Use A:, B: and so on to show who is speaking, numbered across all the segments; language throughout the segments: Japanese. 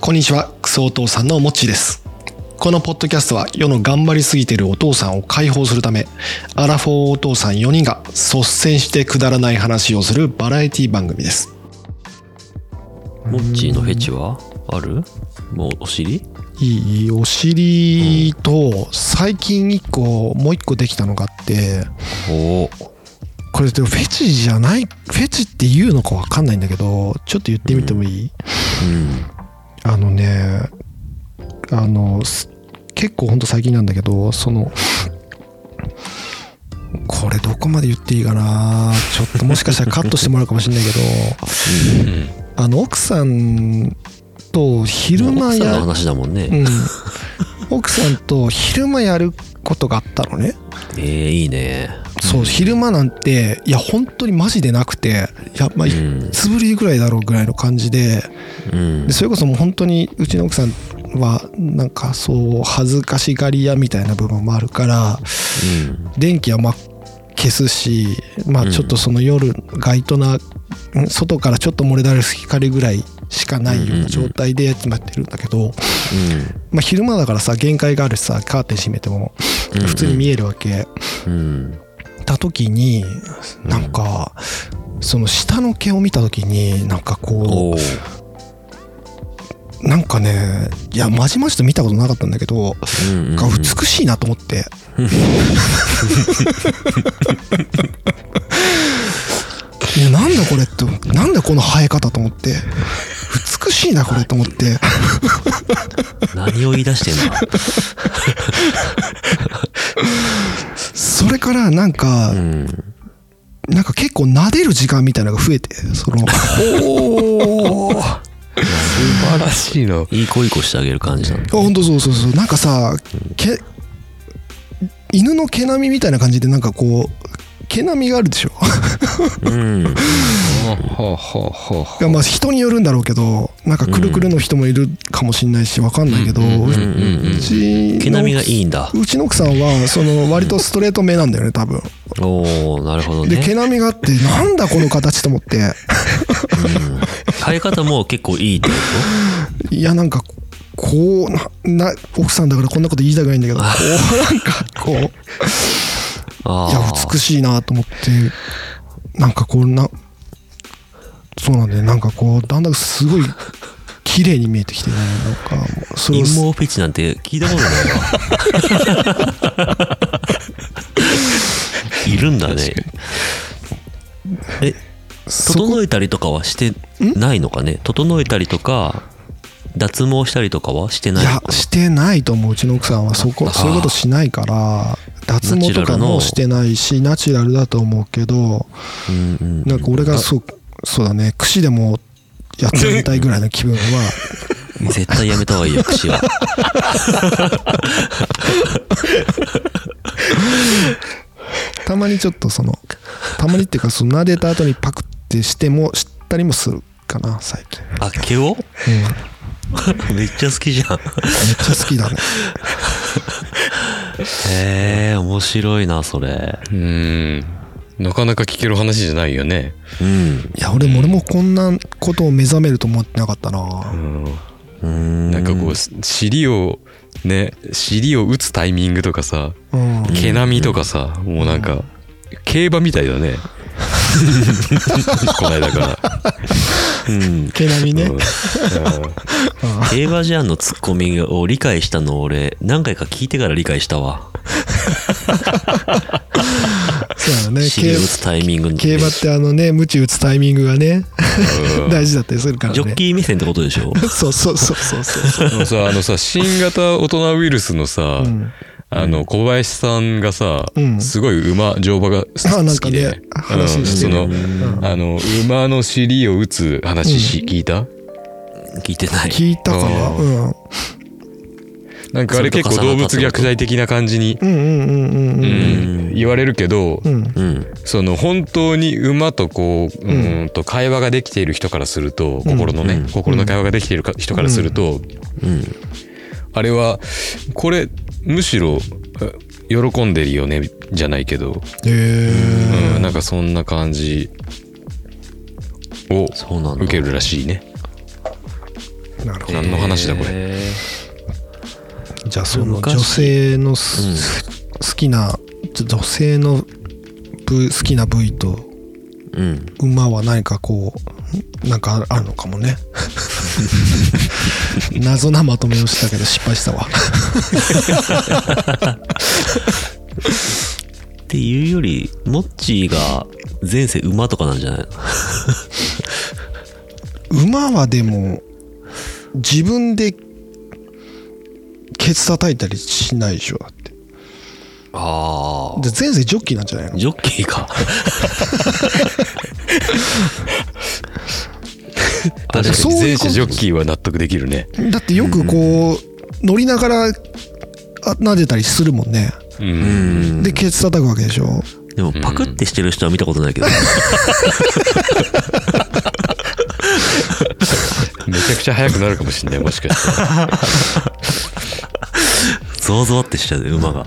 A: こんにちは、クソお父さんのもっちーです。このポッドキャストは世の頑張りすぎているお父さんを解放するため、アラフォーお父さん4人が率先してくだらない話をするバラエティ番組です。
B: モッチーのフェチはあるもうお尻
C: いいお尻と最近一個もう一個できたのがあって
B: お
C: これでもフェチじゃないフェチって言うのかわかんないんだけどちょっと言ってみてもいい、あのねあのす結構ほんと最近なんだけどそのこれどこまで言っていいかなちょっともしかしたらカットしてもらうかもしれないけどあの奥さんと
B: う
C: 昼
B: ん。
C: 間
B: 奥さんの
C: や
B: 話だもんね。
C: うん、奥さんと昼間やることがあったのね
B: ええいいね。
C: そう昼間なんていや本当にマジでなくていやまあい
B: うん
C: つぶりぐらいだろうぐらいの感じで
B: うん
C: で。それこそもう本当にうちの奥さんはなんかそう恥ずかしがり屋みたいな部分もあるから電気はまあ消すしまあちょっとその夜街灯なうん外からちょっと漏れ出る光ぐらいしかないような状態でやってまってるんだけど、まあ、昼間だからさ限界があるしさカーテン閉めても
B: うんうん
C: 普通に見えるわけ
B: うん。うん。
C: た時になんかその下の毛を見た時になんかこ
B: おお。
C: うなんかねいやまじまじと見たことなかったんだけど
B: うんうんうん
C: が美しいなと思っていやなんだこれってなんだこの生え方と思って美しいなこれと思って
B: 何を言い出して んだ
C: それからなんか
B: うん。
C: なんか結構撫でる時間みたいなのが増えてそのおお
D: 素晴らしいの。
B: いい子いい子してあげる感じなんだ。
C: あ本当そうそうそうなんかさ毛犬の毛並みみたいな感じでなんかこう毛並みがあるでしょ
B: うん。
D: ほうほうほうほ
C: いやまあ人によるんだろうけどなんかくるくるの人もいるかもしんないしわかんないけど、う
B: うんうんうん。
C: ちの
B: 毛並みがいいんだ。
C: うちの奥さんはその割とストレート目なんだよね多分
B: おおなるほど
C: で
B: ね。
C: 毛並みがあ ってなんだこの形と思って
B: うん生え方も結構いいってこ
C: いやなんかこうなな奥さんだからこんなこと言いたくないんだけどこうなんかこう
B: と あ
C: いや
B: あ。
C: 美しいなと思ってなんかこんなそうなんだよなんかこうだんだんすごい綺麗に見えてきてねなんかもうそれ
B: 陰
C: を
B: 毛フェチなんて聞いたことないわいるんだねえ
C: そこ
B: 整えたりとかはしてないのかね整えたりとか脱毛したりとかはしてないい
C: やしてないと思ううちの奥さんはそこ
B: あ
C: そういうことしないから脱毛とかもしてないしナチュラルだと思うけど
B: うんうん
C: なんか俺がそうそうだね櫛でもやってみたいぐらいの気分 は
B: 絶対やめた方がいいよ櫛は
C: たまにちょっとそのたまにっていうかその撫でた後にパクってしてもしたりもするかな最近、
B: あ毛を
C: うん、めっ
B: めっちゃ好きじゃん
C: ちゃ好きだ ね
B: へえ面白いなそれ
D: う。うーん。なかなか聞ける話じゃないよね。
B: うん
C: いや俺も俺もこんなことを目覚めると思ってなかったな
B: うん
D: なんかこう、尻を、ね、尻を打つタイミングとかさ、
C: うん
D: 毛並みとかさ、もうなんか、競馬みたいだ ね。こないだから。
B: うん
C: 毛並みね
D: うん
B: 競馬ジャンのツッコミを理解したのを俺何回か聞いてから理解したわ
C: そう だね
B: 尻
C: 競
B: 打つタイミングの
C: 競馬ってあのね鞭打つタイミングがね大事だったりするから
B: ジョッ
C: ね
B: キー目線ってこと でしょ
C: そうそうそうそうそう
D: でもさ、あのさ、新型大人ウイルスのさ、
C: ん
D: あの、小林さんがさ、
C: うん
D: すごい馬、乗馬が
C: あなん
D: 好
C: か
D: き
C: ね
D: で、
C: 話してる
D: うん
C: う
D: そ
C: ん
D: の、あの、馬の尻を打つ話し聞いた
B: 聞いてない
C: 聞いたかな、
D: うん
C: うん、
D: なんかあれ結構動物虐待的な感じに、
C: うんうんうんうんう
D: うんん言われるけど、
C: うん
B: うん
D: その本当に馬とこう、うーんと会話ができている人からすると、心のね、心の会話ができているか人からすると、
B: うん
D: あれは、これ、むしろ、え喜んでるよね、じゃないけど、
C: え
D: うん、なんかそんな感じを
B: そうなんだ
D: 受けるらしいね。
C: ーなるほど
D: 何の話だこれ。
B: れ
C: じゃあその
B: 昔
C: 女性のす、好きな女性の部好きな部位と
B: うん
C: 馬は何かこうなんかあるのかも ね謎なまとめをしたけど失敗したわ
B: っていうよりモッチーが前世馬とかなんじゃないの
C: 馬はでも自分でケツ叩いたりしないでしょだって
B: あ
C: で前世ジョッキーなんじゃないの
B: ジョッキー か
D: 確か
C: そう
D: に
C: いうこ
D: 前
C: と
D: 者ジョッキーは納得できるね。
C: だってよくこう乗りながらあ撫でたりするもんね
D: うん。
C: でケツ叩くわけでしょ
B: でもパクってしてる人は見たことないけど、
D: めちゃくちゃ早くなるかもしれない、もしかしたら。
B: ゾワゾワってしちゃうね馬が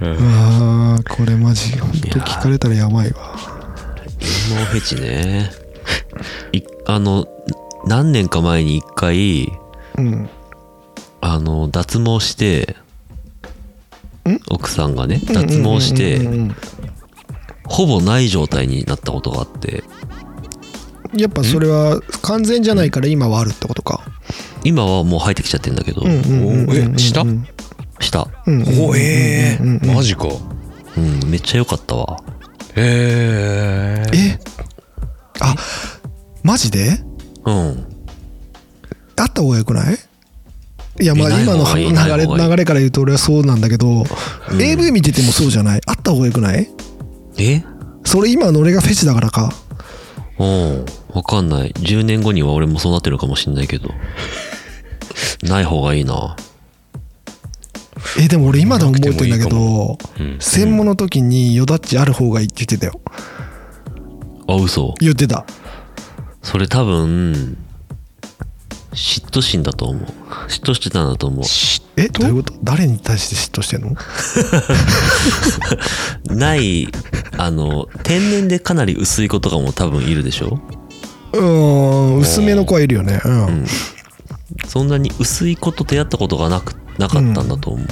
C: あーこれマジ本当聞かれたらやばいわ
B: 馬フェチねいあの何年か前に一回
C: うん
B: あの脱毛して奥さんがね脱毛し
C: うんうんう
B: て
C: んうん
B: ほぼない状態になったことがあって
C: やっぱそれは完全じゃないから今はあるってことか
B: 今はもう生えてきちゃってるんだけど、
C: うんうんうんうんうん
D: おえ下
C: うん
B: 下、
C: うんうん
D: おええ
C: うんうん
D: マジか。
B: うん、めっちゃ良かったわ
D: へえ。
C: えあマジで
B: うん
C: あった方がよくないいやまあ
B: いない
C: 今
B: 方
C: の
B: がいい
C: 流れ
B: ない方がいい
C: 流れから言うと俺はそうなんだけど、AV 見ててもそうじゃないあった方がよくない
B: え
C: それ今の俺がフェチだからか
B: うんわかんない10年後には俺もそうなってるかもしんないけど ない方がいいな
C: えでも俺今でも覚えてんだけど
D: うん
C: 専門の時によだっちある方がいいって言ってたよ
B: あ嘘
C: 言ってた
B: それ多分嫉妬心だと思う嫉妬してたんだと思
C: えどういうこと誰に対して嫉妬してんの
B: うないあの天然でかなり薄い子とかも多分いるでしょ
C: うーん薄めの子はいるよねうん、
B: そんなに薄い子と出会ったことがなくなかったんだと思う、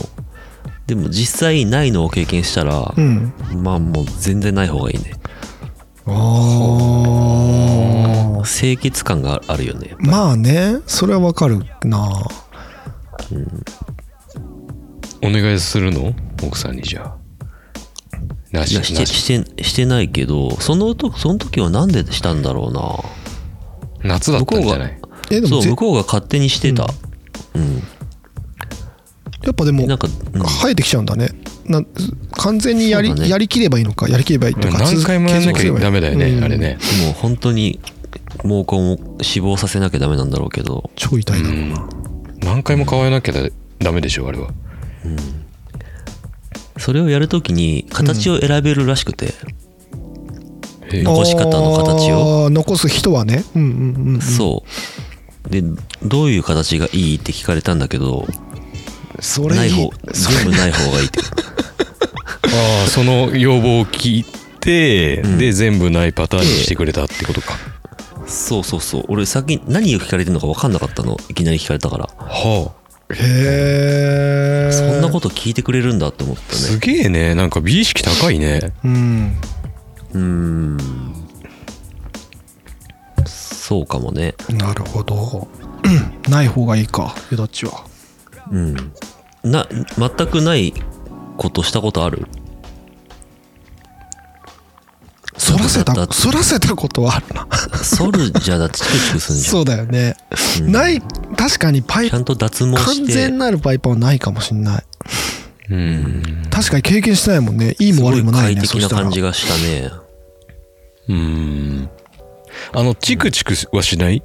B: でも実際ないのを経験したら、
C: うん
B: まあもう全然ない方がいいね
C: ああ
B: 清潔感があるよね
C: まあねそれはわかるな
D: お願いするの奥さんにじゃあ。ないし、
B: や
D: な
B: して
D: し。
B: してしてないけどそのとその時はなんでしたんだろうな
D: 夏だったんじゃない
C: えでも
B: そう
C: ぜ
B: 向こうが勝手にしてたうん、
C: やっぱでも
B: なんか、うん
C: 生えてきちゃうんだねなん完全にやり,、
B: そうだね
C: やりきればいいのかやりきればいいっていうか
D: 何回もやんな
C: 続け
D: き
C: れ
D: ゃ
C: ばいい
D: ダメだよね、
C: うん
D: あれね。
B: もう本当に毛根を死亡させなきゃダメなんだろうけど
C: 超痛いな、
D: うん。何回も乾えなきゃダメでしょ、あれは。
B: それをやるときに形を選べるらしくて、
D: へえ
B: 残し方の形を
C: あー残す人はねうんうんうんうん
B: そうでどういう形がいいって聞かれたんだけど
C: それ
B: ないい
C: い
B: 方
C: そ
B: 全部ない方がいいって
D: ああ、その要望を聞いて、
B: ん
D: で、全部ないパターンにしてくれたってことか。
B: そうそうそう俺先何を聞かれてるのか分かんなかったのいきなり聞かれたから、
D: はあ。
C: へえ
B: そんなことと聞いてくれるんだって思ったね
D: すげえね。なんか美意識高いね。
C: うん
B: うーんそうかもね
C: なるほど うんない方がいいかよだっちは
B: うんな全くないことしたことある
C: 反らせた
B: だだ
C: 反らせたことはあるな
B: ソルジャーだってチクチクするじ ゃ
C: そうだよね、ない確かにパ
B: ん
C: イ
B: ちゃんと脱毛
C: 完
B: して
C: 全なるパイパンはないかもしんない
D: うん。
C: 確かに経験してないもんねいい
B: す
C: も
B: ご
C: 悪い
B: い
C: もない
B: 快
C: ね
B: 適な感じがしたね
D: うん。あの、チクチクはしない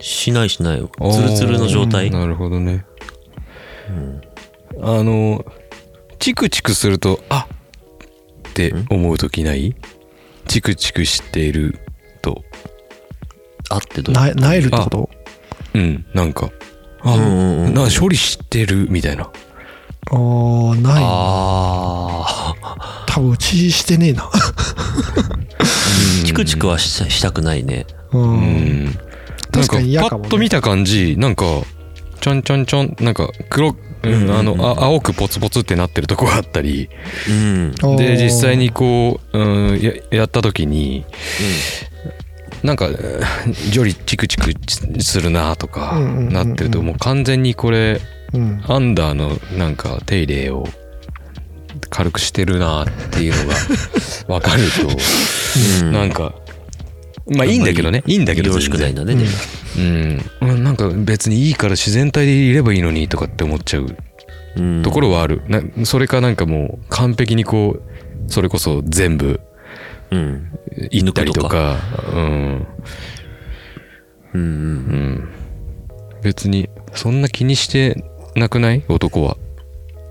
B: しないしないツルツルの状態
D: あーなるほどね。あの、チクチクすると、あって思うときないチクチクしていると。
B: あってどういう
C: ななえるってこと
D: うん、なんか。あ、
B: うんうんうん
D: な処理してるみたいな。
C: ああーないな
B: ああ
C: 多分うちしてねえな
B: チクチクはししたくないね
C: う
D: うんん。なん
C: 確かに嫌か
D: パ
C: もね
D: ッと見た感じなんかちょんちょんちょんなんか黒うんあのあ青くポツポツってなってるとこがあったり
B: うん
C: おー
D: で実際にこう、うん、ややった時に、なんか ジョリチクチクするなとか
C: うんうんうんうん
D: なってるともう完全にこれ
C: うん
D: アンダーのなんか手入れを軽くしてるなっていうのがわかる
B: う
D: と
B: ん
D: なんかまあいいんだけどねいいんだけど
B: よろしくないんだねでも
D: 全然うんなんか別にいいから自然体でいればいいのにとかって思っちゃう
B: うん
D: ところはあるなそれかなんかもう完璧にこうそれこそ全部
B: うん
D: 行ったりとかうん
B: うんう
D: う
B: ん
D: ん別にそんな気にしてなくない男は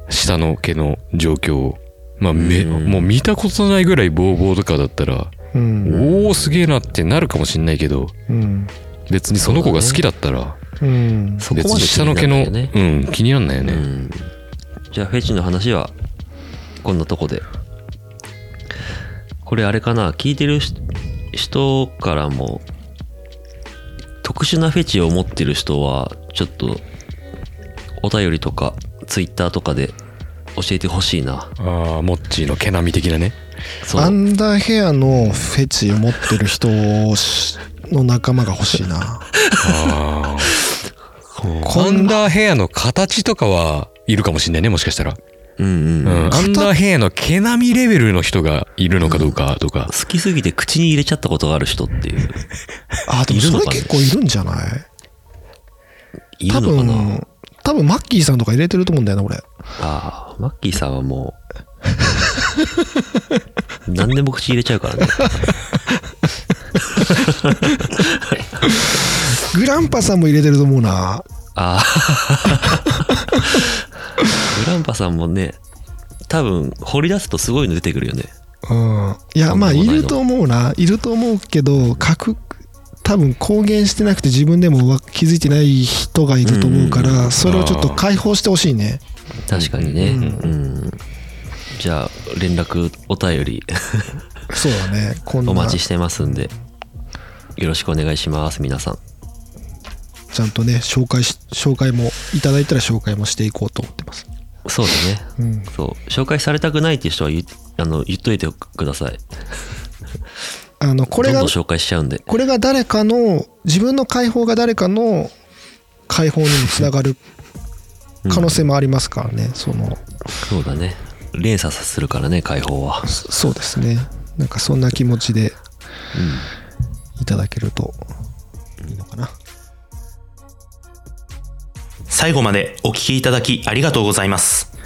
D: 下の毛の状況をまあめ、
B: うん
D: もう見たことないぐらいボーボーとかだったら、
C: うん
D: おおすげえなってなるかもしんないけど
C: うん
D: 別にその子が好きだったら、
C: うん
B: そこ
D: 別
B: ま
D: に
B: で
D: 下の毛の、
B: 気にならないよね
D: うん気になんないよね、
B: うんじゃあフェチの話はこんなとこでこれあれかな聞いてる人人からも特殊なフェチを持ってる人はちょっとお便りとかツイッターとかで教えてほしいな
D: ああモッチーの毛並み的なね
B: そ
C: ア
B: う
C: ンダーヘアのフェチを持ってる人をしの仲間が欲しい な
D: ああ
C: こ
D: アン
C: ん
D: ダーヘアの形とかはいるかもしんないねもしかしたら、
B: うん
D: うん
B: うん、
D: アンダーヘアの毛並みレベルの人がいるのかどうかとか、
B: 好きすぎて口に入れちゃったことがある人っていう
C: あでもそ
B: いるの
C: れ
B: かね
C: 結構いるんじゃない
B: い
C: 多
B: るのかな
C: 分多分マッキーさんとか入れてると思うんだよな俺
B: ああ、マッキーさんはもう、 何でも口入れちゃうからね。
C: グランパさんも入れてると思うな
B: ああ。 グランパさんもね、多分、掘り出すとすごいの出てくるよね。
C: うんいやまあいると思うないると思うけど隠多分公言してなくて自分でもわ気づいてない人がいると思うか
B: うん
C: らそれをちょっと解放してほしいね
B: 確かにね。うん。じゃあ、連絡、お便り、
C: そうだねこんな
B: お待ちしてますんで、よろしくお願いします、皆さん。
C: ちゃんとね紹介し紹介もいただいたら紹介もしていこうと思ってます
B: そうだね、そう。紹介されたくないっていう人は言あの言っといてください。
C: あのこれ
B: ど
C: が
B: んどん紹介しちゃうんで。
C: これが誰かの自分の解放が誰かの解放にもつながる可能性もありますからね、その
B: そうだね。連鎖するからね、解放は。
C: そそうですねなんかそんな気持ちでいただけるといいのかな、
E: 最後までお聞きいただきありがとうございます。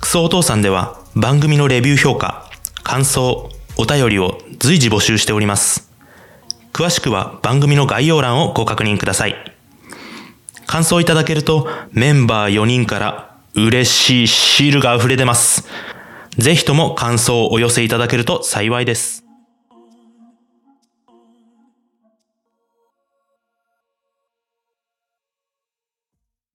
E: クソお父さんでは番組のレビュー評価、感想、お便りを随時募集しております。詳しくは番組の概要欄をご確認ください。感想いただけるとメンバー4人から嬉しいシールが溢れ出ます。ぜひとも感想をお寄せいただけると幸いです。